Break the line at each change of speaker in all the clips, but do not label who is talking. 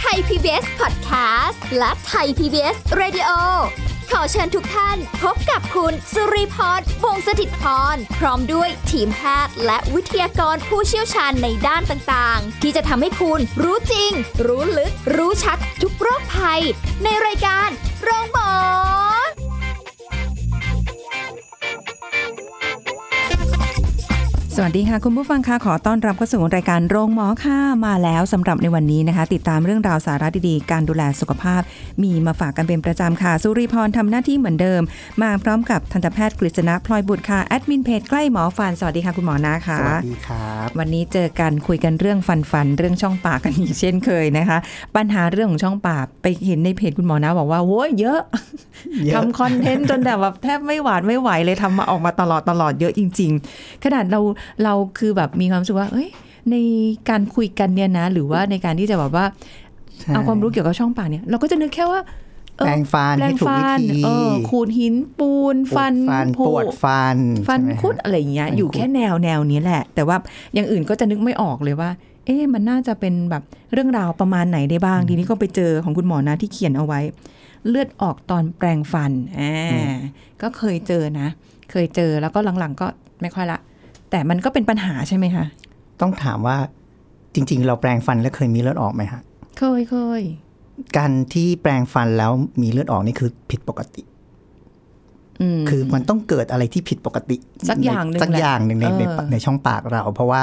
ไทย PBS Podcast และไทย PBS Radio ขอเชิญทุกท่านพบกับคุณสุริพรวงศสถิตพร พร้อมด้วยทีมแพทย์และวิทยากรผู้เชี่ยวชาญในด้านต่างๆ ที่จะทำให้คุณรู้จริง รู้ลึก รู้ชัดทุกโรคภัย ในรายการโรงพยาบาล
สวัสดีค่ะ คุณผู้ฟังค่ะขอต้อนรับเข้าสู่รายการโรงหมอค่ะมาแล้วสำหรับในวันนี้นะคะ ติดตามเรื่องราวสาระดีๆ การดูแลสุขภาพ มีมาฝากกันเป็นประจำค่ะ สุริพรทำหน้าที่เหมือนเดิม มาพร้อมกับทันตแพทย์กฤษณะพลอยบุตรค่ะแอดมินเพจใกล้หมอฟันสวัสดีค่ะคุณหมอนะคะ
สวัสดีครับ
วันนี้เจอกันคุยกันเรื่องฟันฟันเรื่องช่องปากกันอีกเช่นเคยนะคะ ปัญหาเรื่องของช่องปากไปเห็นในเพจคุณหมอนะบอกว่าโว้ยเยอะ
เยอะ
ทำคอนเทนต์จนแบบว่าแทบไม่หวานไม่ไหวเลยทำมาออกมาตลอดตลอดเยอะจริง ๆ ขนาดเราเราคือแบบมีความรู้สึกว่าเอ้ยในการคุยกันเนี่ยนะ หรือว่าในการที่จะแบบว่าเอาความรู้เกี่ยวกับช่องปากเนี่ยเราก็จะนึกแค่ว่าเอ
แปล
อง
ฟัน
แปล
ให้
ง
ถูกวิ
ฟัน
ธี
เออขูดหินปูน
ปวด
ฟันผุ
ปวดฟัน
ฟัน
ใช่ไหม
คุด
ฮะ
อะไรอย่างเงี้ย
ฟันคุด
อยู่แค่แนวแนวนี้แหละ แต่ว่าอย่างอื่นก็จะนึกไม่ออกเลยว่า เอ๊ะมันน่าจะเป็นแบบเรื่องราวประมาณไหนได้บ้าง ทีนี้ก็ไปเจอของคุณหมอนะที่เขียนเอาไว้ เลือดออกตอนแปรงฟันอ่าก็เคยเจอนะ เคยเจอแล้วก็หลังๆก็ไม่ค่อยละ แต่มันก็เป็นปัญหาใช่ไหมคะ
ต้องถามว่าจริง ๆ เราแปลงฟันแล้วเคยมีเลือดออกไหมฮะ
เคยเคย
การที่แปลงฟันแล้วมีเลือดออกนี่คือผิดปกติ
อืม
คือมันต้องเกิดอะไรที่ผิดปกติ
สักอย่างหนึ่ง
สักอย่างหนึ่งในใน
เออ
ในช่องปากเรา เพราะว่า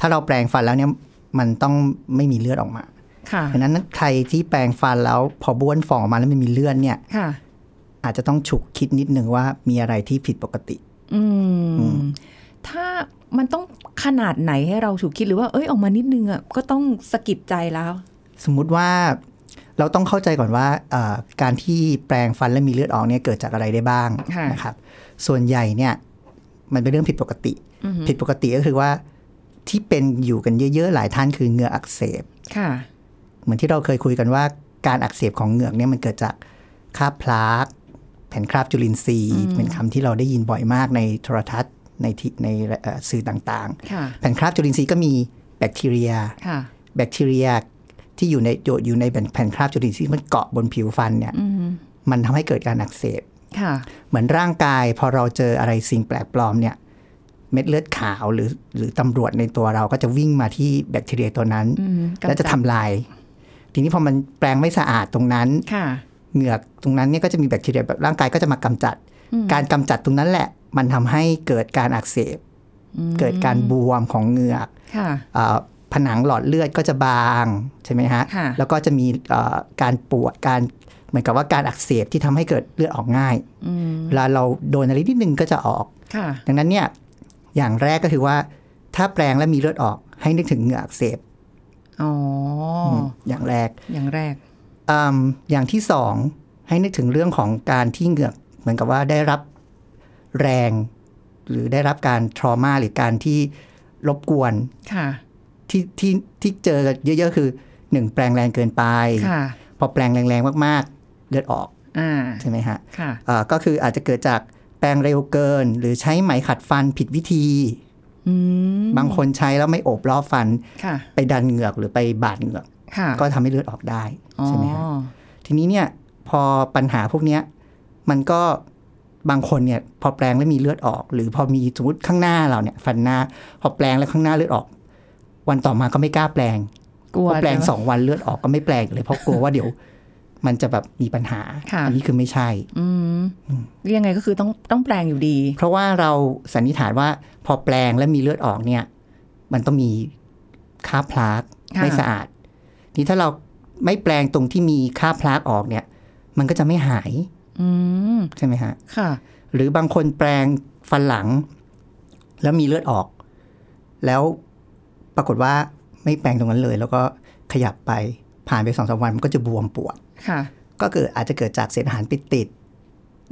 ถ้าเราแปลงฟันแล้วเนี่ยมันต้องไม่มีเลือดออกมา
ค่ะ
ดังนั้นใครที่แปลงฟันแล้วพอบ้วนฟองออกมาแล้วมันมีเลือดเนี่ย
ค่ะ
อาจจะต้องฉุกคิดนิดนึงว่ามีอะไรที่ผิดปกติ
อื
อื
ม
ม
ถ้ามันต้องขนาดไหนให้เราฉุกคิดหรือว่าเอ้ยออกมานิดนึงอ่ะก็ต้องสะกิดใจแล้ว
สมมุติว่าเราต้องเข้าใจก่อนว่าเอ่อการที่แปรงฟันและมีเลือดออกเนี่ยเกิดจากอะไรได้บ้าง
ค่ะ
นะครับ ส่วนใหญ่เนี่ยมันเป็นเรื่องผิดปกติ
อือหือ
ผิดปกติก็คือว่าที่เป็นอยู่กันเยอะๆหลายท่านคือเหงื่ออักเสบ
ค่ะ
เหมือนที่เราเคยคุยกันว่าการอักเสบของเหงือกเนี่ยมันเกิดจากคราบพลาสแผ่นคราบจุลินทรีย์ เป็นคำที่เราได้ยินบ่อยมากในโทรทัศน์ในที่ในเอ่อสื่อต่าง
ค่ะ
ๆ แผ่นคราบจุลินทรีย์ก็มีแบคทีเรีย
ค่ะ
แบคทีเรียที่อยู่ในอยู่ในแผ่นแผ่นคราบจุลินทรีย์ที่มันเกาะบนผิวฟันเนี่ย
อืม
มันทำให้เกิดการอักเสบ
ค่ะ
เหมือนร่างกายพอเราเจออะไรสิ่งแปลกปลอมเนี่ยเม็ดเลือดขาวหรือหรือตำรวจในตัวเราก็จะวิ่งมาที่แบคทีเรียตัวนั้น
อืมกำจัด
แล้วจะทำลาย ทีนี้พอมันแปลงไม่สะอาดตรงนั้น
ค่ะ
เหงือกตรงนั้นเนี่ยก็จะมีแบคทีเรียแบบร่างกายก็จะมากำจัด การกำจัดตรงนั้นแหละ มันทำให้เกิดการอักเสบ เกิดการบวมของเหงือก
ค่ะ
เอ่อผนังหลอดเลือดก็จะบางใช่ไหมฮะ
ค่ะ
แล้วก็จะมีเอ่อการปวดการเหมือนกับว่าการอักเสบที่ทำให้เกิดเลือดออกง่าย
อืม
เวลาเราโดนอะไรนิดนึงก็จะออก
ค่ะ
ดังนั้นเนี่ยอย่างแรกก็คือว่า ถ้าแปรงและมีเลือดออกให้นึกถึงเหงื่ออักเสบ
อ๋ออ
มอย่างแรก
อย่างแรก
อมอย่างที่สองให้นึกถึงเรื่องของการที่เหงือกเหมือนกับว่าได้รับแรง หรือได้รับการทรมาหรือการที่รบกวน
ค่ะ
ที่ที่ที่เจอเยอะๆคือหนึ่งแปลงแรงเกินไป
ค่ะ
พอแปลงแรงๆมากๆ เลือดออก
อ่า
ใช่ไหมฮะ
ค่ะ
เอ่อก็คืออาจจะเกิดจากแปลงเร็วเกิน หรือใช้ไหมขัดฟันผิดวิธี
อืม
บางคนใช้แล้วไม่โอบรอบฟัน
ค่ะ
ไปดันเหงือกหรือไปบาดเหงือก
ค่ะ
ก็ทำให้เลือดออกได้ใช่ไหมฮะ
อ๋อ
ทีนี้เนี่ยพอปัญหาพวกเนี้ยมันก็บางคนเนี่ยพอแปลงแล้วมีเลือดออก หรือพอมีสมมติข้างหน้าเราเนี่ยฟันหน้า พอแปลงแล้วข้างหน้าเลือดออก วันต่อมาก็ไม่กล้าแปลง
กลัว
พอแปลง
ใช่ไหม
สองวันเลือดออกก็ไม่แปลงเลยเพราะกลัวว่าเดี๋ ยวมันจะแบบมีปัญหา
ค่ะ
อันี้คือไม่ใช่
อืมยังไงก็คือต้องต้องแปลงอยู่ดี
เพราะว่าเราสันนิษฐานว่าพอแปลงและมีเลือดออกเนี่ย มันต้องมีค่าบพลาส
ค่ะ
ไม่สะอาด นี่ถ้าเราไม่แปลงตรงที่มีค่าบพลาสออกเนี่ย มันก็จะไม่หาย
อืม
ใช่ไหมฮะ
ค่ะ
หรือบางคนแปลงฟันหลัง แล้วมีเลือดออก แล้วปรากฏว่าไม่แปลงตรงนั้นเลย แล้วก็ขยับไปผ่านไปสองสามวันมันก็จะบวมปวด
ค่ะ
ก็เกิดอาจจะเกิดจากเศษอาหารไปติด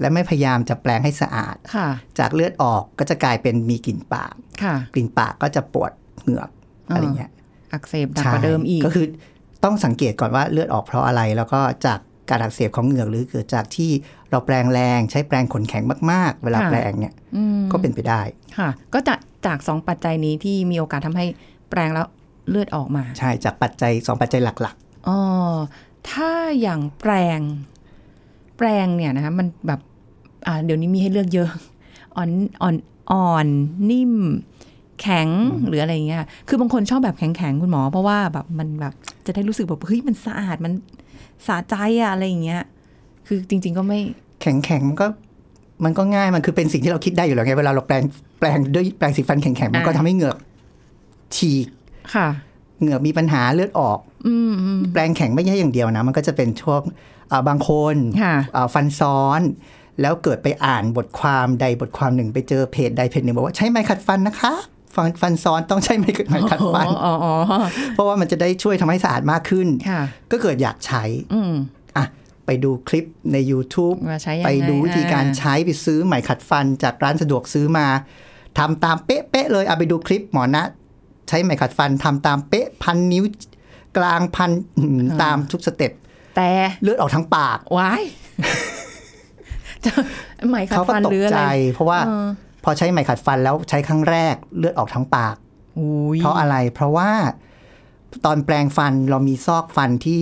และไม่พยายามจะแปลงให้สะอาด
ค่ะ
จากเลือดออกก็จะกลายเป็นมีกลิ่นปาก
ค่ะ
กลิ่นปากก็จะปวดเหงือก
อ่า
อะไรเงี้ย
อักเสบหนักกว่าเดิมอีก
ก็คือต้องสังเกตก่อนว่าเลือดออกเพราะอะไร แล้วก็จาก การอักเสบของเหงือกหรือเกิดจากที่เราแปรงแรงใช้แปรงขนแข็งมาก ๆ เวลา
ค่ะ
แปรงเนี่ย
อืม
ก็เป็นไปได้
ค่ะ ก็จะจากสองปัจจัยนี้ที่มีโอกาสทำให้แปรงแล้วเลือดออกมา
ใช่จากปัจจัยสองปัจจัยหลัก
อ๋อถ้าอย่างแปรง แปรงเนี่ยนะคะมันแบบอ่าเดี๋ยวนี้มีให้เลือกเยอะ อ่อนอ่อนอ่อนนิ่ม แข็งหรืออะไรอย่างเงี้ยคือบางคนชอบแบบแข็งๆคุณหมอ เพราะว่าแบบมันแบบจะได้รู้สึกแบบเฮ้ยมันสะอาดมันสะใจอะอะไรอย่างเงี้ย คือจริง ๆ ก็ไม่
ๆ แข็งแข็งๆมันก็มันก็ง่ายมันคือเป็นสิ่งที่เราคิดได้อยู่แล้วไงเวลาเราแปรงแปรงด้วยแปรงสีฟันแข็งๆมันก็
อ่า
ทำให้เหงือกฉีก
ค่ะ
เหงือกมีปัญหาเลือดออก
อืมอืม
แปรงแข็งไม่ใช่อย่างเดียวนะ มันก็จะเป็นช่วงเอ่อบางคน
ค่ะ
เอ่อฟันซ้อน แล้วเกิดไปอ่านบทความใดบทความหนึ่งไปเจอเพจใดเพจหนึ่งบอกว่าใช้ไม้ขัดฟันนะคะฟันฟันซ้อนต้องใช้ไม้ไม้ขัดฟัน
อ๋ออ๋ออ๋อ
เพราะว่ามันจะได้ช่วยทำให้สะอาดมากขึ้น
ค่ะ
ก็เกิดอยากใช้
อืม
อ่ะไปดูคลิปใน YouTube
มาใช้ยัง
ไป
ง
ดูวิธีการ
อ่
ใช้ไปซื้อไหมขัดฟันจากร้านสะดวกซื้อมาทำตามเป๊ะๆเลยเอาไปดูคลิปหมอนะ ใช้ไหมขัดฟันทำตามเป๊ะพันนิ้วกลางพันอื้อหือตามทุกสเต็ป
แต่
เลือดออกทั้งปาก
วาย จะไหมขัด
เขาก็
ฟัน
ต
ห
ก
รืออะ
ใจ
ไร
เพราะว่า
เออ
พอใช้ไหมขัดฟันแล้วใช้ครั้งแรกเลือดออกทั้งปาก
อุ้ย
เพราะอะไร เพราะว่าตอนแปลงฟันเรามีซอกฟันที่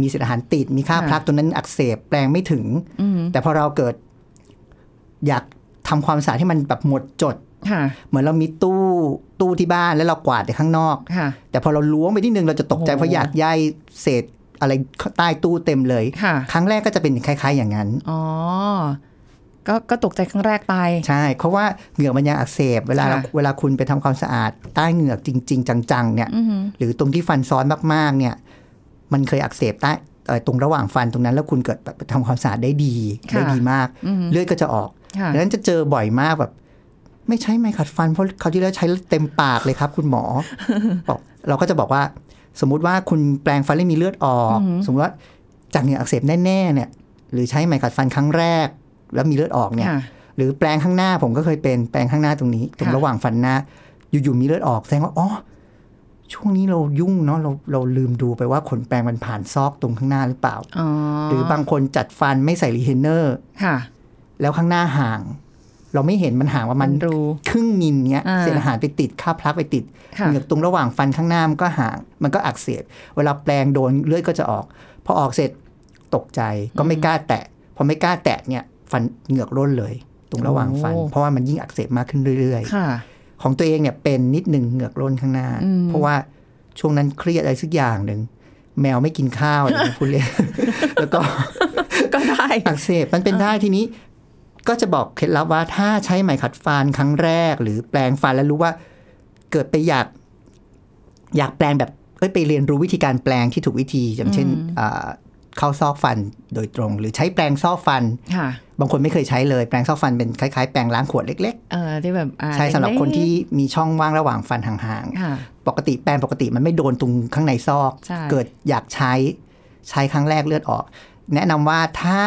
มีเศษอาหารติด มีค่าบพลักตัวนั้นอักเสบแปลงไม่ถึง
อืม
แต่พอเราเกิดอยากทำความสะอาดให้มันแบบหมดจด
ค่ะ
เหมือนเรามีตู้ตู้ที่บ้านแล้วเรากวาดแต่ข้างนอก
ค่ะ
แต่พอเราล้วงไปที่นึงเราจะตกใจ
โอ้โห
เพราะอยากย่ายเศษอะไรใต้ตู้เต็มเลย
ค่ะ
ครั้งแรกก็จะเป็นคล้าย ๆ อย่างนั้น
อ๋อ ก็ก็ตกใจครั้งแรกไป
ใช่เพราะว่าเหงือกมันยังอักเสบ เวลาเรา
ค่ะ
เวลาคุณไปทำความสะอาด ใต้เหงือกจริง ๆ จังๆเนี่ย
อืม
หรือตรงที่ฟันซ้อนมากๆ เนี่ย มันเคยอักเสบใต้เอ่อตรงระหว่างฟันตรงนั้น แล้วคุณเกิดไปทำความสะอาดได้ดีได้ดีมาก
อืม
เลือดก็จะออก
ค่ะ
ดังนั้นจะเจอบ่อยมากแบบ ไม่ใช่ไม้ขัดฟันเพราะเขาวที่แล้วใช้เต็มปากเลยครับ คุณหมอ บอกเราก็จะบอกว่า สมมุติว่าคุณแปลงฟันแล้วมีเลือดออก
อือหือ
สมมติว่าจากเหงื่ออักเสบแน่ๆเนี่ย หรือใช้ไม้ขัดฟันครั้งแรก แล้วมีเลือดออกเนี่ย
ค่ะ
หรือแปลงข้างหน้าผมก็เคยเป็นแปลงข้างหน้าตรงนี้ ตรง
ค่ะ
ระหว่างฟันหน้า อยู่ๆมีเลือดออกแสดงว่าอ๋อช่วงนี้เรายุ่งเนาะเราเราลืมดูไปว่าขนแปรงมันผ่านซอกตรงข้างหน้าหรือเปล่า
อ๋อ
หรือบางคนจัดฟันไม่ใส่รีเทนเนอร์
ค่ะ
แล้วข้างหน้าห่าง เราไม่เห็นมันห่างประมาณ
รู้
ครึ่งมิลเนี้ย
อ่า
เศษอาหารไปติดค่าบพลักไปติด
ค่ะ
เหงือกตรงระหว่างฟันข้างหน้ามันก็ห่าง มันก็อักเสบเวลาแปรงโดนเลือดก็จะออกพอออกเสร็จตกใจก็ไม่กล้าแตะพอไม่กล้าแตะเนี่ย ฟันเหงือกร่นเลย ตรงระหว่างฟัน เพราะว่ามันยิ่งอักเสบมากขึ้นเรื่อย ๆ
ค่ะ
ของตัวเองเนี่ยเป็นนิดหนึ่งเหงือกร่นข้างหน้า
อืม
เพราะว่าช่วงนั้นเครียดอะไรสักอย่างหนึ่ง แมวไม่กินข้าวอะไรอย่างเงี้ยพูดเลย แล้วก็
ก็ได้
อักเสบมันเป็นได้ทีนี้ ก็จะบอกเคล็ดลับว่าถ้าใช้ไหมขัดฟันครั้งแรก หรือแปลงฟันแล้วรู้ว่า เกิดไปอยาก อยากแปลงแบบเอ้ยไปเรียนรู้วิธีการแปลงที่ถูกวิธี อย่างเช่นอ่าเข้าซอกฟันโดยตรง หรือใช้แปลงซอกฟัน
ค่ะ
บางคนไม่เคยใช้เลยแปลงซอกฟันเป็นคล้ายๆแปลงล้างขวดเล็ก
เออที่แบบอ่า
ๆ ใช้สำหรับคนที่มีช่องว่างระหว่างฟันห่างๆ
ค่ะ
ปกติแปรงปกติมันไม่โดนตรงข้างในซอก
ใช่
เกิดอยากใช้ใช้ครั้งแรกเลือดออก แนะนำว่าถ้า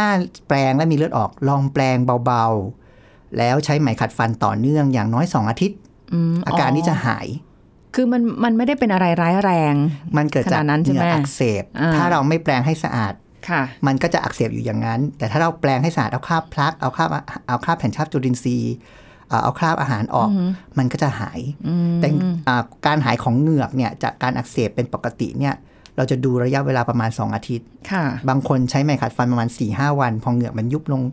แปรงแล้วมีเลือดออก ลองแปรงเบาๆ แล้วใช้ไหมขัดฟันต่อเนื่องอย่างน้อย 2 อาทิตย์
ม
อาการนี้จะหาย
คือมันมันไม่ได้เป็นอะไรร้ายแรง
มันเกิดจาก
ขนาดนั้นใช่
เห
ไหม
งื่ออักเสบ
อ่า
ถ้าเราไม่แปรงให้สะอาด
ค่ะ
มันก็จะอักเสบอยู่อย่างนั้น แต่ถ้าเราแปรงให้สะอาดเอาคราบพลักเอาคราบเอาคราบแผ่นชาบจุลินทรีย์เอ่อเอาคราบอาหารออก มันก็จะหาย แต่อ่าการหายของเหงือกเนี่ยจากการอักเสบเป็นปกติเนี่ยเราจะดูระยะเวลาประมาณ 2 อาทิตย์
ค่ะ
บางคนใช้ไหมขัดฟันประมาณ4ีหวัน พอเหงือกมันยุบลง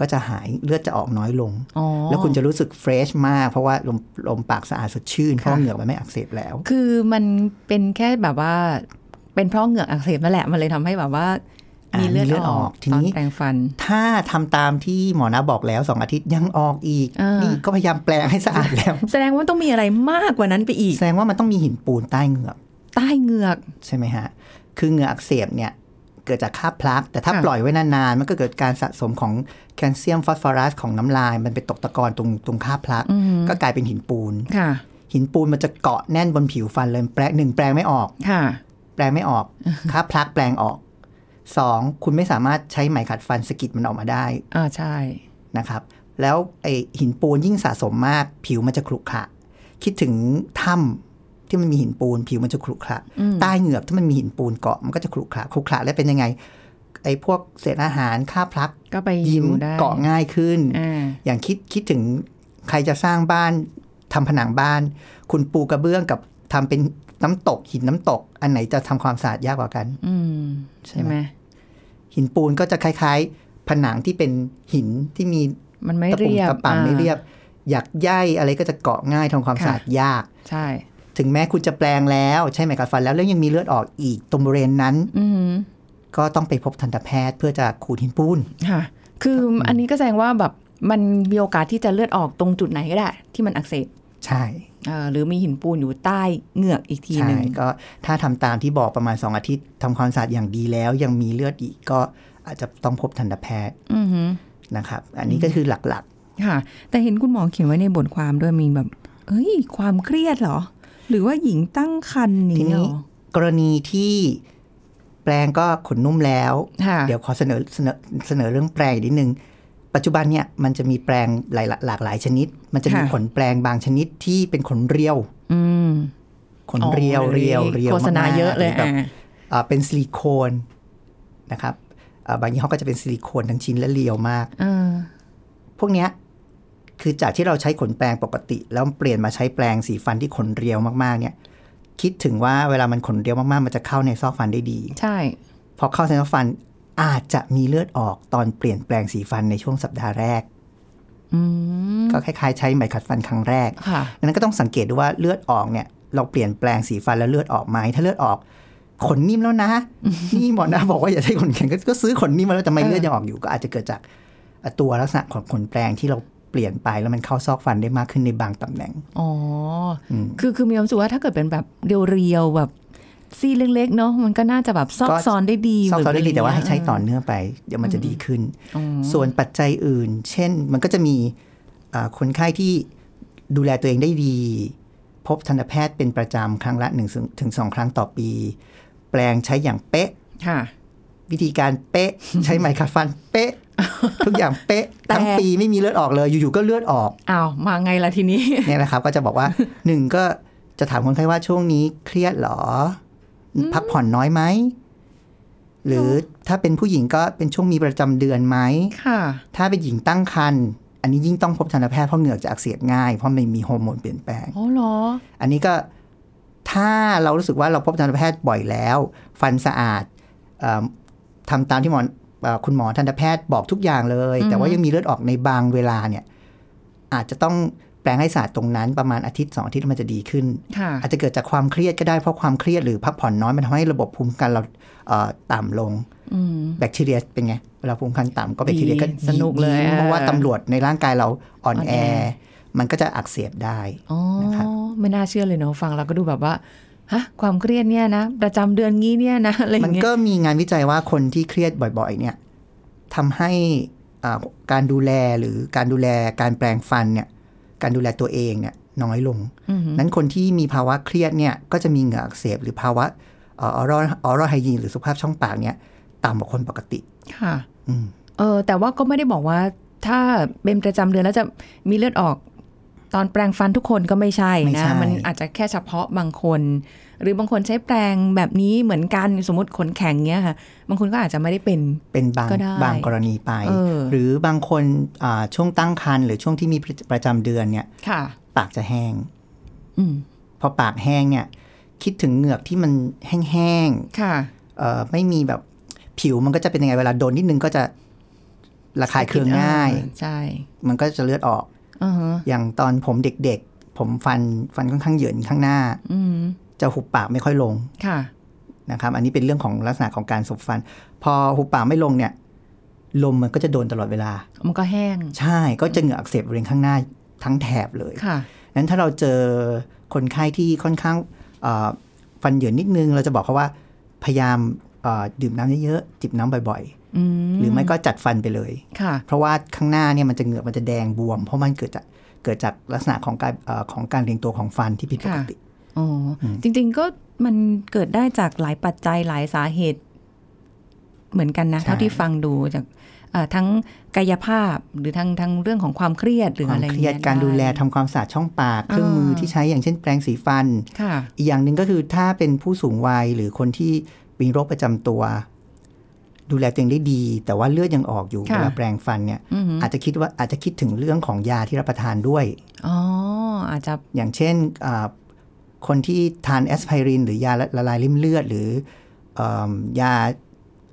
ก็จะหายเลือดจะออกน้อยลง
อ๋อ
แล้วคุณจะรู้สึกเฟรชมากเพราะว่าลมลมปากสะอาดสดชื่นเพราะว่าเหงือกมันไม่อักเสบแล้ว
คือมันเป็นแค่แบบว่า เป็นเพราะเหงือกอักเสบนั่นแหละ มันเลยทำให้แบบว่า
อ่ามี
มีเลือด
เลือด
อ
อ
อ
อก กที
ตอน
นี้
แปรงฟัน
ถ้าทำตามที่หมอนะบอกแล้ว 2 อาทิตย์ยังออกอีก
อ่านี่
นี่ก็พยายามแปลงให้สะอาด แล้ว
แสดงว่าต้องมีอะไรมากกว่านั้นไปอีก
แสดงว่ามันต้องมีหินปูนใต้เหงือก
ใต้เหงือก
ใช่ไหมฮะ คือเหงื่ออักเสบเนี่ย เกิดจากคราบพลัก แต่ถ้า
ค่ะ
ปล่อยไว้นานๆ มันก็เกิดการสะสมของแคลเซียมฟอสฟอรัสของน้ำลาย มันไปตกตะกอนตรงตรงคราบพลัก
อืม
ก็กลายเป็นหินปูน
ค่ะ
หินปูนมันจะเกาะแน่นบนผิวฟันเลยแปลงหนึ่งแปลงไม่ออก
ค่ะ
แปลงไม่ออก คราบพลักแปลงออกสองคุณไม่สามารถใช้ไหมขัดฟันสะกิดมันออกมาได้
อ่าใช่
นะครับ แล้วไอหินปูนยิ่งสะสมมาก ผิวมันจะขรุขระ คิดถึงถ้ำที่มันมีหินปูน ผิวมันจะขรุขระ
อืม
ใต้เหงือกถ้ามันมีหินปูนเกาะมันก็จะขรุขระขรุขระแล้วเป็นยังไง ไอ้พวกเศษอาหารค่าบพลัก
ก็ไป
ยิ้ม
อยู่ได้
เกาะง่ายขึ้น
อ่า
อย่างคิดคิดถึงใครจะสร้างบ้านทำผนังบ้าน คุณปูกระเบื้องกับทำเป็นน้ำตก หินน้ำตก อันไหนจะทำความสะอาดยากกว่ากัน
อืม ใช่ไหม
หินปูนก็จะคล้ายๆ ผนังที่เป็นหินที่มี
มันไม่
ตะปุ่ม
เรียบ
ตะป่ำ
อ่า
ไม่เรียบ อยากย่ายอะไรก็จะเกาะง่ายทำความ
ค่ะ
สะอาดยาก
ใช่
ถึงแม้คุณจะแปลงแล้ว ใช่ไหมกัดฟันแล้วแล้วยังมีเลือดออกอีกตรงบริเวณนั้น
อืม
ก็ต้องไปพบทันตแพทย์เพื่อจะขูดหินปูน
ค่ะ คืออันนี้ก็แสดงว่าแบบมันมีโอกาสที่จะเลือดออกตรงจุดไหนก็ได้ ที่มันอักเสบ
ใช่
เอ่อหรือมีหินปูนอยู่ใต้เหงือกอีกที
ใช่
หนึ่ง
ก็ถ้าทำตามที่บอกประมาณ 2 อาทิตย์ทำความสะอาดอย่างดีแล้ว ยังมีเลือดอีกก็อาจจะต้องพบทันตแพทย์
อือหือ
นะครับ อันนี้ก็คือหลัก
ค่ะ แต่เห็นคุณหมอเขียนไว้ในบทความด้วยมีแบบ เอ้ย ความเครียดเหรอ หรือว่าหญิงตั้งครรภ์
ๆ
นี่
ที
เหร
นี้
อก
รณีที่แปลงก็ขนนุ่มแล้ว
ค่ะ
เดี๋ยวขอเสนอเสนอเสนอเรื่องแปลงอีกนิดนึง ปัจจุบันเนี่ยมันจะมีแปลงหลายหลากหลายชนิด มันจะมีขนแปลงบางชนิดที่เป็นขนเรียว
อืม
ขนเรียวเรียวเรียว
โฆษณาม
กๆ
เยอะเลย
แบบ
อ่ะ
อ่าเป็นซิลิโคนนะครับอ่าบางยี่ห้อก็จะเป็นซิลิโคนทั้งชิ้นและเรียวมาก
เออ
พวกเนี้ยคือจากที่เราใช้ขนแปรงปกติ แล้วเปลี่ยนมาใช้แปรงสีฟันที่ขนเรียวมากๆ เนี่ย คิดถึงว่าเวลามันขนเรียวมากๆ มันจะเข้าในซอกฟันได้ดี
ใช่
พอเข้าในซอกฟันอาจจะมีเลือดออกตอนเปลี่ยนแปลงสีฟันในช่วงสัปดาห์แรก
อืม
ก็คล้ายๆ ใช้ไหมขัดฟันครั้งแรก
ค่ะ
ดังนั้นก็ต้องสังเกตดูว่าเลือดออกเนี่ยเราเปลี่ยนแปลงสีฟันแล้วเลือดออกไหมถ้าเลือดออก ขนนิ่มแล้วนะ นี่หมอนะบอกว่าอย่าใช้ขนแข็งก็ก็ซื้อขนนิ่มมาแล้วทำไม
เออ
เลือดยังออกอยู่ก็อาจจะเกิดจากตัวลักษณะของขนแปลงที่เราเปลี่ยนไปแล้วมันเข้าซอกฟันได้มากขึ้นในบางตำแหน่ง
อ๋อ
อืม
คือคือมีความรู้สุขว่าถ้าเกิดเป็นแบบเรียวๆแบบซี่เล็กๆเนาะมันก็น่าจะแบบซอก
ก็
ซอนได้ดี
ซอกฟันได้ดี
บบ
แต่ว่าให้ใช้ต่อ
เ
เนื่องไป เดี๋ยวมันจะดีขึ้น
ออ
ส่วนปัจจัยอื่น เช่น มันก็จะมีอ่าคนไข้ที่ดูแลตัวเองได้ดี พบทันตแพทย์เป็นประจำครั้งละ1ถึง2ครั้งต่อปี แปลงใช้อย่างเป๊ะ
ค่ะ
วิธีการเป๊ะ ใช้ไหมขัดฟันเป๊ะ ทุกอย่างเป๊ะ
แต่
ทั้งปีไม่มีเลือดออกเลย อยู่ๆก็เลือดออก
อ้าวมาไงล่ะทีนี้
เนี่ยนะครับ ก็จะบอกว่า หนึ่งก็จะถามคนไข้ว่าช่วงนี้เครียดเหรอ พักผ่อนน้อยไหม หรือถ้าเป็นผู้หญิงก็เป็นช่วงมีประจำเดือนไหม
ค่ะ
ถ้าเป็นหญิงตั้งครรภ์อันนี้ยิ่งต้องพบทันตแพทย์เพราะเหงือกจะอักเสบง่ายเพราะมันมีฮอร์โมนเปลี่ยนแปลง
อ๋อเหรอ
อันนี้ก็ถ้าเรารู้สึกว่าเราพบทันตแพทย์บ่อยแล้ว ฟันสะอาดเอิ่มทำตามที่หมอเอ่อคุณหมอทันตแพทย์บอกทุกอย่างเลย
อือฮึ
แต่ว่ายังมีเลือดออกในบางเวลาเนี่ย อาจจะต้องแปลงให้สะอาดตรงนั้นประมาณอาทิตย์สองอาทิตย์แล้วมันจะดีขึ้น
ค่ะ
อาจจะเกิดจากความเครียดก็ได้เพราะความเครียดหรือพักผ่อนน้อยมันทำให้ระบบภูมิคุ้มกันเราเอ่อต่ำลง
อืม
แบคทีเรียเป็นไง เวลาภูมิคุ้มกันต่ำก็แบคทีเรียก็
ดีสนุกเลย
ง
อ่ะ
เพราะว่าตำรวจในร่างกายเราอ่อน
อ่อนแ
แอ
อ
มันก็จะอักเสบได้
อ๋อ
นะครับ
ไม่น่าเชื่อเลยเนาะฟังแล้วก็ดูแบบว่าฮะความเครียดเนี่ยนะ ประจำเดือนงี้เนี่ยนะ อะไรอ
มั
ย่า
น
งเงี้ย
ก็มีงานวิจัยว่าคนที่เครียดบ่อยๆ เนี่ยทำให้อ่าการดูแลหรือการดูแลการแปลงฟันเนี่ย การดูแลตัวเองเนี่ยน้อยลง
อือหือ
นั้นคนที่มีภาวะเครียดเนี่ยก็จะมีเหงื่ออักเสบหรือภาวะเออรอรไฮยีนหรือสุขภาพช่องปากเนี่ยต่ำกว่าคนปกติ
ค่ะ
อืม
เออแต่ว่าก็ไม่ได้บอกว่าถ้าเป็นประจำเดือนแล้วจะมีเลือดออก ตอนแปรงฟันทุกคนก็ไม่ใช่นะ มันอาจจะแค่เฉพาะบางคน หรือบางคนใช้แปรงแบบนี้เหมือนกันสมมติขนแข็งเงี้ยค่ะ บางคนก็อาจจะไม่ได้เป็น
เป็นบาง
ก็ได้
บางกรณีไป
เออ
หรือบางคนอ่าช่วงตั้งครรภ์หรือช่วงที่มีประจำเดือนเนี่ย
ค่ะ
ปากจะแห้ง
อืม
พอปากแห้งเนี่ยคิดถึงเหงือกที่มันแห้งๆ
ค่ะ
เอ่อไม่มีแบบผิวมันก็จะเป็นยังไงเวลาโดนนิดนึงก็จะระคายเคืองง่าย
ใช่
มันก็จะเลือดออก
อือฮะ
อย่างตอนผมเด็กๆ ผมฟันฟันค่อนข้างเหยินข้างหน้า
อืม
จะหุบปากไม่ค่อยลง
ค่ะ
นะครับ อันนี้เป็นเรื่องของลักษณะของการสบฟัน พอหุบปากไม่ลงเนี่ย ลมมันก็จะโดนตลอดเวลา
มันก็แห้ง
ใช่ก็จะเหงื่ออักเสบบริเวณข้างหน้าทั้งแถบเลย
ค่ะ
นั้นถ้าเราเจอคนไข้ที่ค่อนข้างเอ่อฟันเหยินนิดนึง เราจะบอกเขาว่าพยายามเอ่อดื่มน้ำเยอะๆจิบน้ำบ่อยๆ
อืม
หรือไม่ก็จัดฟันไปเลย
ค่ะ
เพราะว่าข้างหน้าเนี่ยมันจะเหงือกมันจะแดงบวม เพราะมันเกิดจากเกิดจากลักษณะของการเอ่อของการเรียงตัวของฟันที่ผิดปกติ
อ๋ออ
ม
จริง ๆก็มันเกิดได้จากหลายปัจจัยหลายสาเหตุ เหมือนกันนะ เท่าที่ฟังดูจากเอ่อทั้งกายภาพหรือทั้งทั้งเรื่องของความเครียดหรือ
ควา
อะ
ม
ไรอง
เครีย
งี้
ดการดูแล
ไ
ทำความสะอาดช่องปาก เครื่องมือที่ใช้อย่างเช่นแปรงสีฟัน
ค่ะ
อีกอย่างหนึ่งก็คือถ้าเป็นผู้สูงวัยหรือคนที่มีโรคประจำตัว ดูแลตัวเองได้ดี แต่ว่าเลือดยังออกอยู่
ค่ะ
เวลาแปรงฟันเนี่ย
อืม
อาจจะคิดว่าอาจจะคิดถึงเรื่องของยาที่รับประทานด้วย
อ๋ออาจจะ
อย่างเช่นอ่าคนที่ทานแอสไพริน หรือยาละละลายริ่มเลือด หรือเอิ่มยา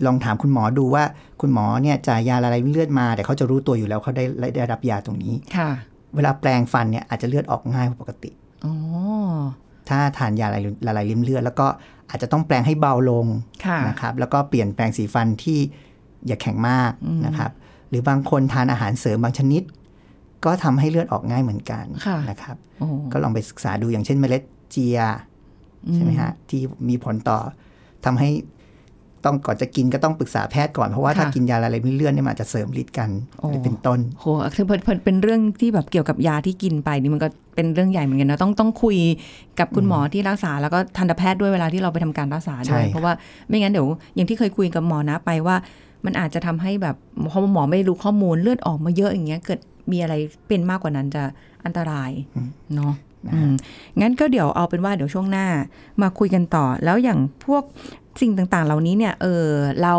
ลองถามคุณหมอดูว่า คุณหมอเนี่ยจ่ายยาละลายริ่มเลือดมา แต่เขาจะรู้ตัวอยู่แล้วเขาได้ได้รับยาตรงนี้
ค่ะ
เวลาแปลงฟันเนี่ยอาจจะเลือดออกง่ายกว่าปกติ
อ๋อ
ถ้าทานยาละลายละลายริ่มเลือด แล้วก็อาจจะต้องแปลงให้เบาลง
ค่ะ
นะครับแล้วก็เปลี่ยนแปลงสีฟันที่อย่าแข็งมาก
อืม
นะครับ หรือบางคนทานอาหารเสริมบางชนิด ก็ทำให้เลือดออกง่ายเหมือนกันนะครับ
โอ้
ก็ลองไปศึกษาดูอย่างเช่นเมล็ดเจียใช่ไหมฮะที่มีผลต่อทำให้ต้องก่อนจะกินก็ต้องปรึกษาแพทย์ก่อน เพราะว่าถ้ากินยาละลายริ่มเลือดเนี่ยมันอาจจะเสริมฤทธิ์กันหรือเป็นต้น
โหคือเพลินเป็นเรื่องที่แบบเกี่ยวกับยาที่กินไปนี่มันก็เป็นเรื่องใหญ่เหมือนกันนะต้องต้องคุยกับคุณหมอที่รักษาแล้วก็ทันตแพทย์ด้วยเวลาที่เราไปทำการรักษา
ใช่
ด้วย
ครับ
เพราะว่าไม่งั้นเดี๋ยวอย่างที่เคยคุยกับหมอนะไปว่า มันอาจจะทำให้แบบเพราะว่าหมอไม่รู้ข้อมูลเลือดออกมาเยอะอย่างเงี้ยเกิดมีอะไรเป็นมากกว่านั้นจะอันตรายเนาะ
นะ
อื
ฮะ
มงั้นก็เดี๋ยวเอาเป็นว่าเดี๋ยวช่วงหน้ามาคุยกันต่อ แล้วอย่างพวกสิ่งต่างๆ เหล่านี้เนี่ยเออเรา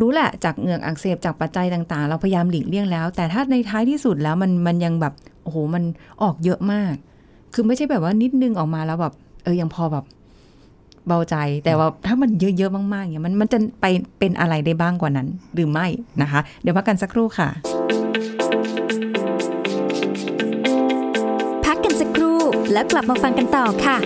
รู้แหละจากเหงือกอักเสบจากปัจจัยต่างๆ เราพยายามหลีกเลี่ยงแล้ว แต่ถ้าในท้ายที่สุดแล้วมันมันยังแบบโอ้โหมันออกเยอะมาก คือไม่ใช่แบบว่านิดนึงออกมาแล้วแบบ เออยังพอแบบเบาใจแต่ว่าถ้ามันเยอะๆมากๆเนี่ยมันมันจะไปเป็นอะไรได้บ้างกว่านั้น หรือไม่นะคะ เดี๋ยวพักกันสักครู่ค่ะ
พักกันสักครู่แล้วกลับมาฟังกันต่อค่ะ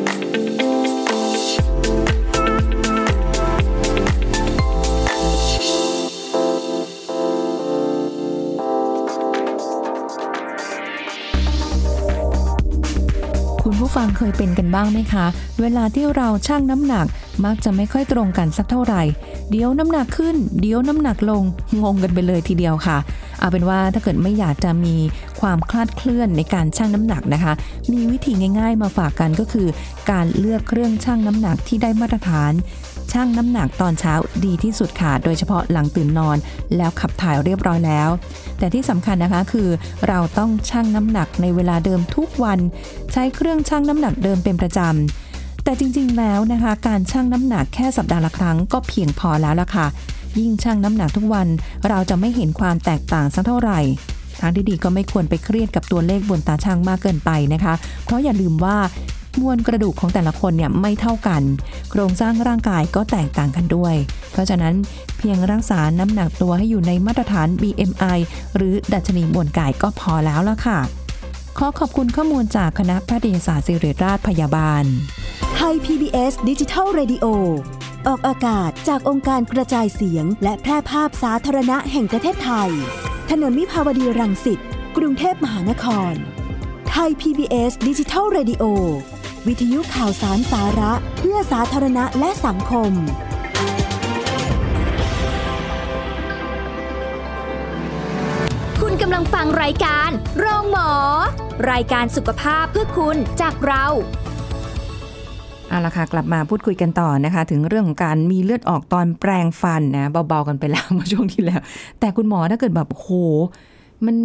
คุณผู้ฟังเคยเป็นกันบ้างไหมคะ เวลาที่เราชั่งน้ำหนักมักจะไม่ค่อยตรงกันสักเท่าไหร่ เดี๋ยวน้ำหนักขึ้น เดี๋ยวน้ำหนักลง งงกันไปเลยทีเดียวค่ะ เอาเป็นว่าถ้าเกิดไม่อยากจะมีความคลาดเคลื่อนในการชั่งน้ำหนักนะคะ มีวิธีง่าย ๆ มาฝากกันก็คือ การเลือกเครื่องชั่งน้ำหนักที่ได้มาตรฐาน ชั่งน้ำหนักตอนเช้าดีที่สุดค่ะ โดยเฉพาะหลังตื่นนอน แล้วขับถ่ายเรียบร้อยแล้ว แต่ที่สำคัญนะคะคือเราต้องชั่งน้ำหนักในเวลาเดิมทุกวัน ใช้เครื่องชั่งน้ำหนักเดิมเป็นประจำ แต่จริงๆ แล้วนะคะ การชั่งน้ำหนักแค่สัปดาห์ละครั้งก็เพียงพอแล้วล่ะค่ะ ยิ่งชั่งน้ำหนักทุกวัน เราจะไม่เห็นความแตกต่างสักเท่าไหร่ ทางที่ดีก็ไม่ควรไปเครียดกับตัวเลขบนตาชั่งมากเกินไปนะคะ เพราะอย่าลืมว่ามวลกระดูกของแต่ละคนเนี่ยไม่เท่ากัน โครงสร้างร่างกายก็แตกต่างกันด้วย เพราะฉะนั้นเพียงรักษาน้ำหนักตัวให้อยู่ในมาตรฐาน BMI หรือดัชนีมวลกายก็พอแล้วล่ะค่ะ ขอขอบคุณข้อมูลจากคณะแพทยศาสตร์ศิริราชพยาบาล
ไทย PBS ดิจิทัล Radio ออกอากาศจากองค์การกระจายเสียง และแพร่ภาพสาธารณะแห่งประเทศไทย ถนนมิภาวดีรังสิต กรุงเทพมหานคร ไทย PBS ดิจิทัล Radio วิทยุข่าวสารสาระเพื่อสาธารณะและสังคม
คุณกำลังฟังรายการโรงหมอ รายการสุขภาพเพื่อคุณจากเรา
เอาละค่ะกลับมาพูดคุยกันต่อนะคะ ถึงเรื่องของการมีเลือดออกตอนแปรงฟันนะเบาๆกันไปแล้ว เมื่อช่วงที่แล้ว แต่คุณหมอถ้าเกิดแบบโอ้โหมัน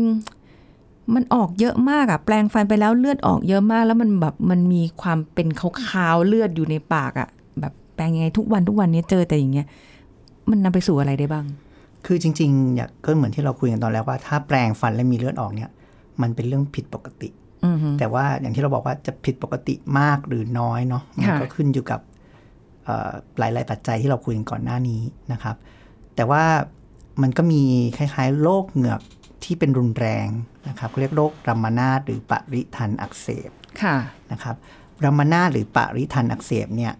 มันออกเยอะมากอะแปรงฟันไปแล้วเลือดออกเยอะมาก แล้วมันแบบมันมีความเป็นขาวๆเลือดอยู่ในปากอะแบบแปรงยังไงทุกวันทุกวันเนี้ยเจอแต่อย่างเงี้ยมันนำไปสู่อะไรได้บ้าง
คือจริงๆเนี่ยก็เหมือนที่เราคุยกันตอนแรกว่าถ้าแปลงฟันและมีเลือดออกเนี่ย มันเป็นเรื่องผิดปกติ
อือฮึ
แต่ว่าอย่างที่เราบอกว่าจะผิดปกติมากหรือน้อยเนาะมัน
ค่ะ
ก็ขึ้นอยู่กับเอ่อหลาย ๆ ปัจจัยที่เราคุยกันก่อนหน้านี้นะครับ แต่ว่ามันก็มีคล้าย ๆ โรคเหงือกที่เป็นรุนแรงนะครับเขาเรียกโรครัมมานาตหรือปริทันอักเสบ
ค่ะ
นะครับรามานาหรือปริทันอักเสบเนี่ย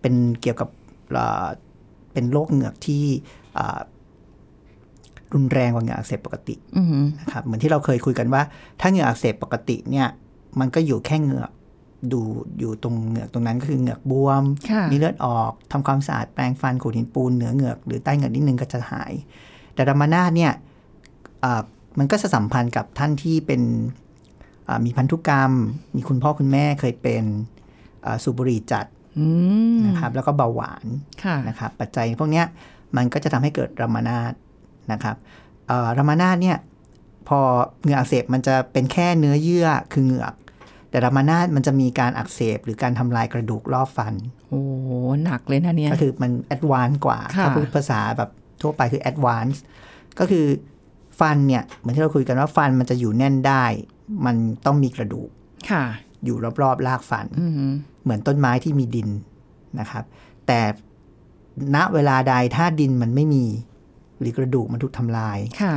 เป็นเกี่ยวกับเอ่อเป็นโรคเหงือกที่เอ่อรุนแรงกว่าเหงือกอักเสบปกติ
อือฮึ
นะครับเหมือนที่เราเคยคุยกันว่า ถ้าเหงือกอักเสบปกติเนี่ยมันก็อยู่แค่เหงือกดูอยู่ตรงเหงือกตรงนั้นก็คือเหงือกบวม
ค่ะ
มีเลือดออกทำความสะอาดแปรงฟันขูดหินปูนเหนือเหงือกหรือใต้เหงือกนิดนึงก็จะหาย แต่รามานาถเนี่ยเอ่อมันก็จะสัมพันธ์กับท่านที่เป็นเอ่อมีพันธุกรรม มีคุณพ่อคุณแม่เคยเป็นเอ่อสูบบุหรี่จัด
อืม
นะครับแล้วก็เบาหวาน
ค่ะ
นะครับปัจจัยพวกเนี้ยมันก็จะทำให้เกิดรามานาถนะครับเอ่อรามานาถเนี่ยพอเหงือกอักเสบมันจะเป็นแค่เนื้อเยื่อคือเหงือก แต่รามานาถมันจะมีการอักเสบหรือการทำลายกระดูกรอบฟัน
โอ้โหหนักเลยนะเนี่ย
ก็คือมันแอดวานซ์กว่า
ค่ะ
ถ้าพูดภาษาแบบ ทั่วไปคือ advanced ก็คือฟันเนี่ยเหมือนที่เราคุยกันว่าฟันมันจะอยู่แน่นได้ มันต้องมีกระดูก
ค่ะ
อยู่รอบๆรากฟัน
อืม
เหมือนต้นไม้ที่มีดินนะครับ แต่ณเวลาใดถ้าดินมันไม่มี หรือกระดูกมันถูกทำลาย
ค่ะ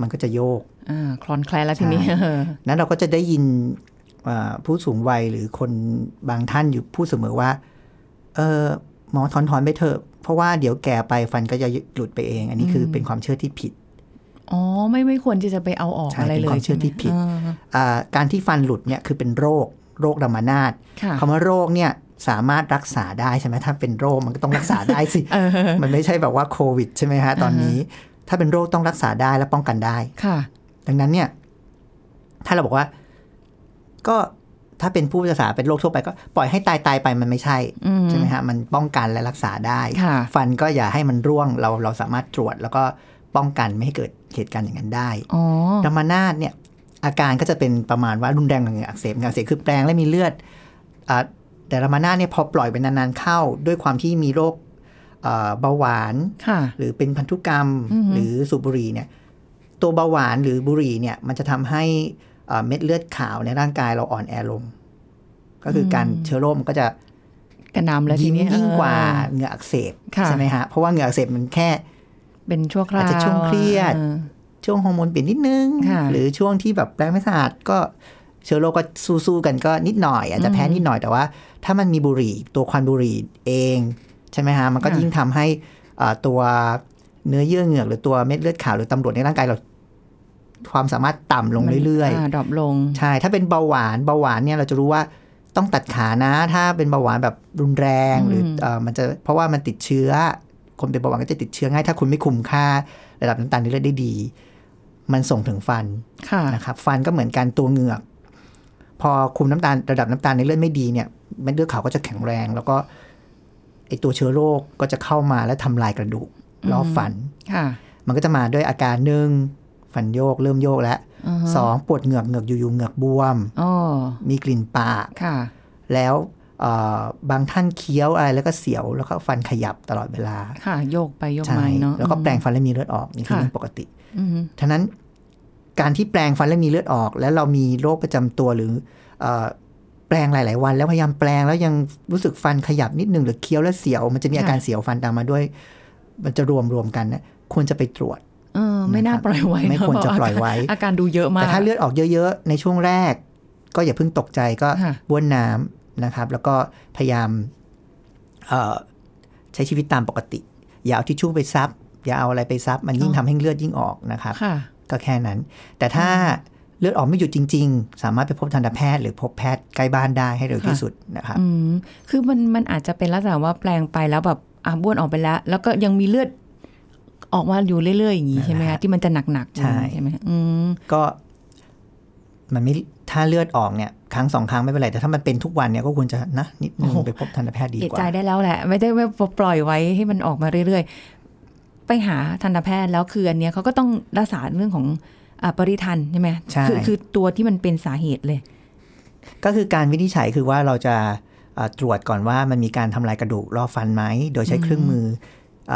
มันก็จะโยก
อ่าคลอนแคลนแล้วทีนี้
นั้นเราก็จะได้ยินเอ่อผู้สูงวัยหรือคนบางท่านอยู่พูดเสมอว่า เออหมอถอนถอนไปเถอะ เพราะว่าเดี๋ยวแก่ไปฟันก็จะหลุดไปเอง อันนี้คือเป็นความเชื่อที่ผิด
อ๋อไม่ไม่ควรที่จะไปเอาออก
ใช่
อะไร
เป็น
เลย
ความเชื่อที่ผิด
ใไหมอ่า
อ่าการที่ฟันหลุดเนี่ยคือเป็นโรคโรครามานาต
ค่ะ
คำว่าโรคเนี่ยสามารถรักษาได้ใช่ไหมถ้าเป็นโรคมันก็ต้องรักษาได้สิ
เออ
มันไม่ใช่แบบว่าโควิดใช่ไหมฮะตอนนี้ ถ้าเป็นโรคต้องรักษาได้และป้องกันได้
ค่ะ
ดังนั้นเนี่ย ถ้าเราบอกว่า ก็ถ้าเป็นผู้รักษาเป็นโรคทั่วไป ก็ปล่อยให้ตายตายๆไปมันไม่ใช่
อืม
ใช่ไหมฮะมันป้องกันและรักษาได้
ค่ะ
ฟันก็อย่าให้มันร่วงเราเราสามารถตรวจ แล้วก็ป้องกันไม่ให้เกิดเหตุการณ์อย่างนั้นได้
อ๋อ
ธรรมนาตเนี่ย อาการก็จะเป็นประมาณว่ารุนแรงกับเหงื่ออักเสบเหงื่ออักเสบคือแปลงและมีเลือดอ่าแต่ธรรมนาตเนี่ยพอปล่อยไปนานๆเข้า ด้วยความที่มีโรคเอ่อเบาหวาน
ค่ะ
หรือเป็นพันธุกรรม
อือหือ
หรือสูบบุหรี่เนี่ยตัวเบาหวานหรือบุหรี่เนี่ยมันจะทำให้เอ่อเม็ดเลือดขาวในร่างกายเราอ่อนแอลง ก็คือการเชื้อโรคมันก็จะ
กระหนำแล้วที
ยิ่ง
นี้
ยิ่งกว่า
เออ
เหงื่ออักเสบ
ค่ะ
ใช่ไหมฮะเพราะว่าเหงื่ออักเสบมันแค่
เป็นชั่วคราว
อาจจะช่วงเครียด
ออ
ช่วงฮอร์โมนเปลี่ยนนิดนึง
ค่ะ
หรือช่วงที่แบบแปลงไม่สะอาดก็เชื้อโรคก็สู้ๆกันก็นิดหน่อย อาจจะแพ้นิดหน่อยแต่ว่า ถ้ามันมีบุหรี่ตัวควันบุหรี่เองใช่ไหมฮะมันก็ยิ่งทำให้เอ่อตัวเนื้อเยื่อเหงือกหรือตัวเม็ดเลือดขาวหรือตำรวจในร่างกายเรา ความสามารถต่ำลงเรื่อย
มันดรอปลง
ๆ ใช่ ถ้าเป็นเบาหวานเบาหวานเนี่ยเราจะรู้ว่าต้องตัดขานะ ถ้าเป็นเบาหวานแบบรุนแรงหรือ
ม
เอ่อมันจะเพราะว่ามันติดเชื้อ คนเป็นเบาหวานก็จะติดเชื้อง่าย ถ้าคุณไม่คุมค่า ระดับน้ำตาลในเลือดได้ดี มันส่งถึงฟัน
ค่ะ
นะครับ ฟันก็เหมือนกันตัวเหงือก พอคุมน้ำตาลระดับน้ำตาลในเลือดไม่ดีเนี่ยเม็ดเลือดขาวก็จะแข็งแรง แล้วก็ไอตัวเชื้อโรคก็จะเข้ามาและทำลายกระดูกล้อฟัน
ค่ะ
มันก็จะมาด้วยอาการหนึ่งฟันโยกเริ่มโยกแล้ว
าฮะ
สองปวดเหงือกเหงือกอยู่ๆเหงือกบวม
อ๋อ
มีกลิ่นปาก
ค่ะ
แล้วเอ่อบางท่านเคี้ยวอะไรแล้วก็เสียวแล้วก็ฟันขยับตลอดเวลา
ค่ะ โยกไปโยก
ใช่
มาเนาะ
แล้วก็แปรงฟันและมีเลือดออกนี่คือ
ค่ะ
เรื่องปกติ
อืม
ฉะนั้นการที่แปลงฟันและมีเลือดออก แล้วเรามีโรคประจำตัวหรือเออแปลงหลาย ๆ วัน แล้วพยายามแปลงแล้วยังรู้สึกฟันขยับนิดหนึ่งหรือเคี้ยวแล้วเสียว มันจะมีอาการเสียวฟันตามมาด้วย มันจะรวมรวมๆกันนะควรจะไปตรวจ
เออไม่น่าปล่อยไว้
ไม่ควรจะ
เน
ปล่อยไว้
อาการอาการดูเยอะมาก
แต่ถ้าเลือดออกเยอะ ๆ ในช่วงแรก ก็อย่าเพิ่งตกใจก็
ค่ะ
บ้วนน้ำนะครับ แล้วก็พยายามเอ่อใช้ชีวิตตามปกติ อย่าเอาทิชชู่ไปซับ อย่าเอาอะไรไปซับ มันยิ่งทำให้เลือดยิ่งออกนะครับ
ค่ะ
ก็แค่นั้น แต่ถ้าเลือดออกไม่หยุดจริง ๆ สามารถไปพบทันตแพทย์หรือพบแพทย์ใกล้บ้านได้ให้เร็วที่
ค่ะ
สุดนะครับ
อืมคือมันมันอาจจะเป็นลักษณะว่าแปลงไปแล้วแบบอ่ะบ้วนออกไปแล้ว แล้วก็ยังมีเลือดออกมาอยู่เรื่อยๆอย่างนี้ใช่ไหม
นั่นแห
คะ
ละ
ที่มันจะหนักๆ
ใช่
ใช่ไหมอืม
ก็มันไม่ถ้าเลือดออกเนี่ยครั้งสองครั้งไม่เป็นไร แต่ถ้ามันเป็นทุกวันเนี่ยก็ควรจะนะนิดนึงไปพบทันตแพทย์ดี
เอก
กว่า
ใจได้แล้วแหละ ไม่ได้ไม่ปล่อยไว้ให้มันออกมาเรื่อยๆ ไปหาทันตแพทย์แล้วคืออันเนี้ยเขาก็ต้องรักษาเรื่องของอ่ะปริทันใช่ไหม
ใช่
คือคือตัวที่มันเป็นสาเหตุเลย
ก็คือการวินิจฉัยคือว่าเราจะเอ่อตรวจก่อนว่ามันมีการทำลายกระดูกรอบฟันไหม โดยใช้เครื่องมือเ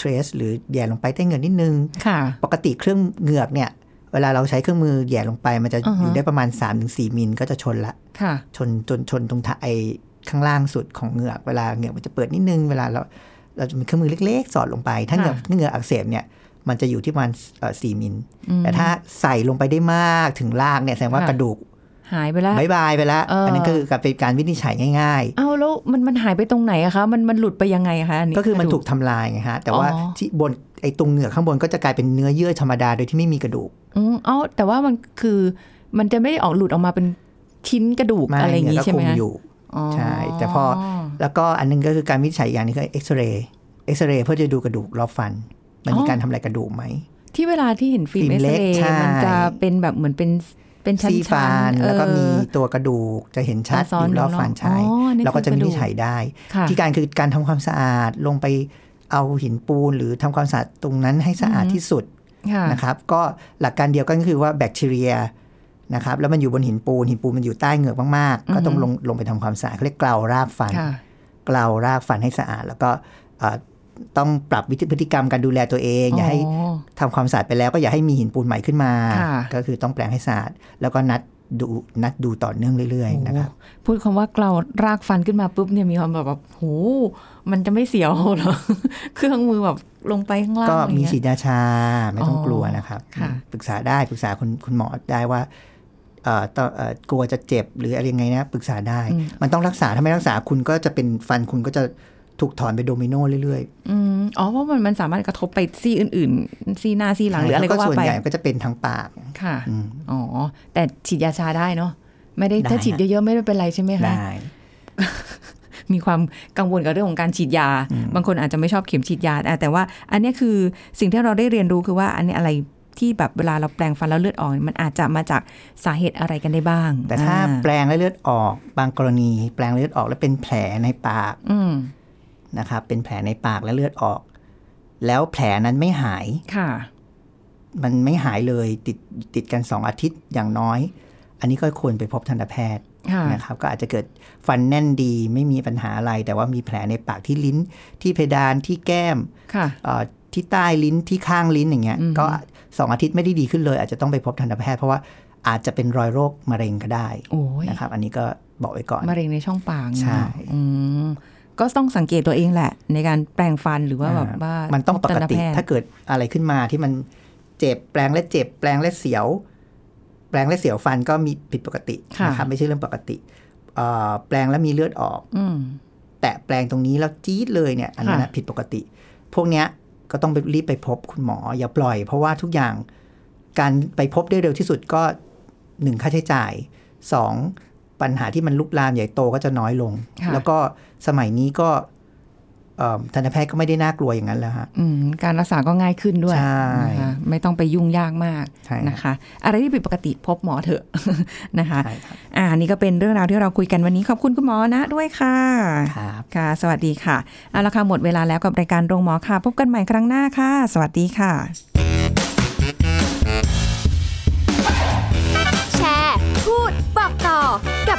ทรสหรือแหย่ลงไปใต้เหงือกนิดนึง
ค่ะ
ปกติเครื่องเหงือกเนี่ย เวลาเราใช้เครื่องมือแหย่ลงไป มันจะ
อือฮะ
อยู่ได้ประมาณ 3-4มิลก็จะชนละ
ค่ะ
ชนจนชนตรงทะไอข้างล่างสุดของเหงือกเวลาเหงือกมันจะเปิดนิดนึง เวลาเราเราจะมีเครื่องมือเล็กๆ สอดลงไป ถ้าเหงือก
ค่ะ
เหงือกอักเสบเนี่ยมันจะอยู่ที่ประมาณสี่มิลแต่ถ้าใส่ลงไปได้มากถึงลากเนี่ยแสดงว่ากระดูก
หายไปแล้ว
บายบายไปแล้ว
เอออั
อันนั้นก็คือการเป็นการวินิจฉัยง่าย
เอาแล้วมันมันหายไปตรงไหนอะคะ มันมันหลุดไปยังไงอะคะอันนี้
ๆ ก็คือมันถูกทำลายไงฮะแต่ว่า
อ๋อ
ที่บนไอตรงเหงือกข้างบนก็จะกลายเป็นเนื้อเยื่อธรรมดาโดยที่ไม่มีกระดูก
อืมเอาแต่ว่ามันคือมันจะไม่ได้ออกหลุดออกมาเป็นชิ้นกระดูก
ม่า
อะไรอย่าง
เนี่
นี้
ยก็
ใช่
ค
ไหม
ลุม
คะ
อยู่
อ๋อ
ใช่แต่พอ แล้วก็อันนึงก็คือการวินิจฉัยอีกอย่างหนึงคือเอ็กซเรย์เอ็กซเรย์เพื่อจะดูกระดูกรอบฟัน มันมีการทำลายกระดูกไหม
ที่เวลาที่เห็นฟิล์ม
ฟิ
เอ็ก
ล์ม
ซ
เล็ก
เรย์
ใช่
มันจะเป็นแบบเหมือนเป็นเป็นชั้น
ซี
ๆ
ฟันแล้วก็มี
เออ
ตัวกระดูกจะเห็นชัด
ซ้อน
อยู่รอ
อ
บ
ยู่เนอะ
ฟันใช่
อ๋อนี่
เราก็จะ
คือก
วิ
ระดูก
นิจฉัยได้
ค่ะ
ที่การคือการทำความสะอาดลงไปเอาหินปูนหรือทำความสะอาดตรงนั้นให้สะอาด
อือฮึ
ที่สุด
ค่ะ
นะครับ ก็หลักการเดียวกันก็คือว่าแบคทีเรียนะครับแล้วมันอยู่บนหินปูนหินปูนมันอยู่ใต้เหงือกมากๆ ก็ต้องลงลงไปทำความสะอาดเขาเรียกเกลารากฟัน
ค่ะ
เกลารากฟันให้สะอาด แล้วก็เอ่อ ต้องปรับวิธีพฤติกรรมการดูแลตัวเอง อย่าให้
อ๋อ
ทำความสะอาดไปแล้วก็อย่าให้มีหินปูนใหม่ขึ้นมา
ค่ะ
ก็คือต้องแปลงให้สะอาดแล้วก็นัดดูนัดดูต่อเนื่องเรื่อยๆนะครับ
โอ้โหพูดคำว่าเกลารากฟันขึ้นมาปุ๊บเนี่ยมีความแบบแบบโหมันจะไม่เสียวเหร อ เครื่องมือแบบลงไปข้างล่าง
ก็
อะไร
มี
เงี้ย
ฉีดยาชาไม่ต้อง
อ๋อก
ลัวนะครับ
ค่ะ
ปรึกษาได้ปรึกษาคุณคุณหมอได้ว่าเอ่อตอนเอ่อกลัวจะเจ็บหรืออะไรยังไงนะปรึกษาได้ มันต้องรักษาถ้าไม่รักษาคุณก็จะเป็นฟันคุณก็จะถูกถอนไปนโดมิโนเรื่อย
อืมอ๋อเพราะมันมันสามารถกระทบไปซี่อื่นๆ ซี่หน้าซี่
ๆ
หลังหรืออะไร
แล้ว
ก็ว่า
ส่วน
ไป
ใหญ่ก็จะเป็นทางปาก
ค่ะ
อืม
อ๋อ แต่ฉีดยาชาได้เนาะไม่ได้
ได้
ถ้าฉีด
ฮะ
เยอะๆไม่ได้เป็นไรใช่ไหมคะ
ได้
มีความกังวลกับเรื่องของการฉีดยา บางคนอาจจะไม่ชอบเข็มฉีดยาอ่ะแต่ว่า อันเนี้ยคือสิ่งที่เราได้เรียนรู้คือว่าอันเนี้ยอะไรที่แบบเวลาเราแปลงฟันแล้วเลือดออกมันอาจจะมาจากสาเหตุอะไรกันได้บ้าง
แต่ถ้า
อ่
แปลงแล้วเลือดออกบางกรณี แปลงเลือดออกแล้วเป็นแผลในปาก
อืม
นะครับเป็นแผลในปากและเลือดออก แล้วแผลนั้นไม่หาย
ค่ะ
มันไม่หายเลยติดติดกัน 2 อาทิตย์อย่างน้อย อันนี้ก็ควรไปพบทันตแพทย์
ค่ะ
นะครับก็อาจจะเกิดฟันแน่นดีไม่มีปัญหาอะไร แต่ว่ามีแผลในปากที่ลิ้น ที่เพดานที่แก้ม
ค่ะ
เอ่อที่ใต้ลิ้นที่ข้างลิ้นอย่างเงี้ย
อือฮึ
ก็สองอาทิตย์ไม่ได้ดีขึ้นเลย อาจจะต้องไปพบทันตแพทย์เพราะว่าอาจจะเป็นรอยโรคมะเร็งก็ได้
โอ้ย
นะครับอันนี้ก็บอกไว้ก่อน
มะเร็งในช่องปาก
ใช่
เนอะอืมก็ต้องสังเกตตัวเองแหละ ในการแปลงฟันหรือว่าแบบ
อ่
ว่า
มันต้องปกติ
พบทันตแพทย์
ถ้าเกิดอะไรขึ้นมาที่มันเจ็บแปลงและเจ็บแปลงและเสียว แปลงและเสียวฟันก็มีผิดปกตินะครับไม่ใช่เรื่องปกติเอ่อแปลงแล้วมีเลือดออก
อืม
แตะแปลงตรงนี้แล้วจี๊ดเลยเนี่ยอันนั้นนะ
ค่ะ
ผิดปกติ พวกเนี้ยก็ต้องไปรีบไปพบคุณหมออย่าปล่อย เพราะว่าทุกอย่างการไปพบได้เร็วที่สุดก็หนึ่งค่าใช้จ่ายสองปัญหาที่มันลุกลามใหญ่โตก็จะน้อยลง
ค่ะ
แล้วก็สมัยนี้ก็เอิ่มทันตแพทย์ก็ไม่ได้น่ากลัวอย่างนั้นแล้วฮะ
อืมการรักษาก็ง่ายขึ้นด้วย
ใช่
นะคะไม่ต้องไปยุ่งยากมาก
ใช่ครับ
นะคะ อะไรที่ผิดปกติพบหมอเถอะ นะคะ
ใช่ครับ
อ่านี่ก็เป็นเรื่องราวที่เราคุยกันวันนี้ขอบคุณคุณหมอนะด้วยค่ะ
ครับ
ค่ะ สวัสดีค่ะเอาละค่ะหมดเวลาแล้วกับรายการโรงหมอค่ะ พบกันใหม่ครั้งหน้าค่ะ สวัสดีค่ะ
แชร์ พูด บอกต่อ กับ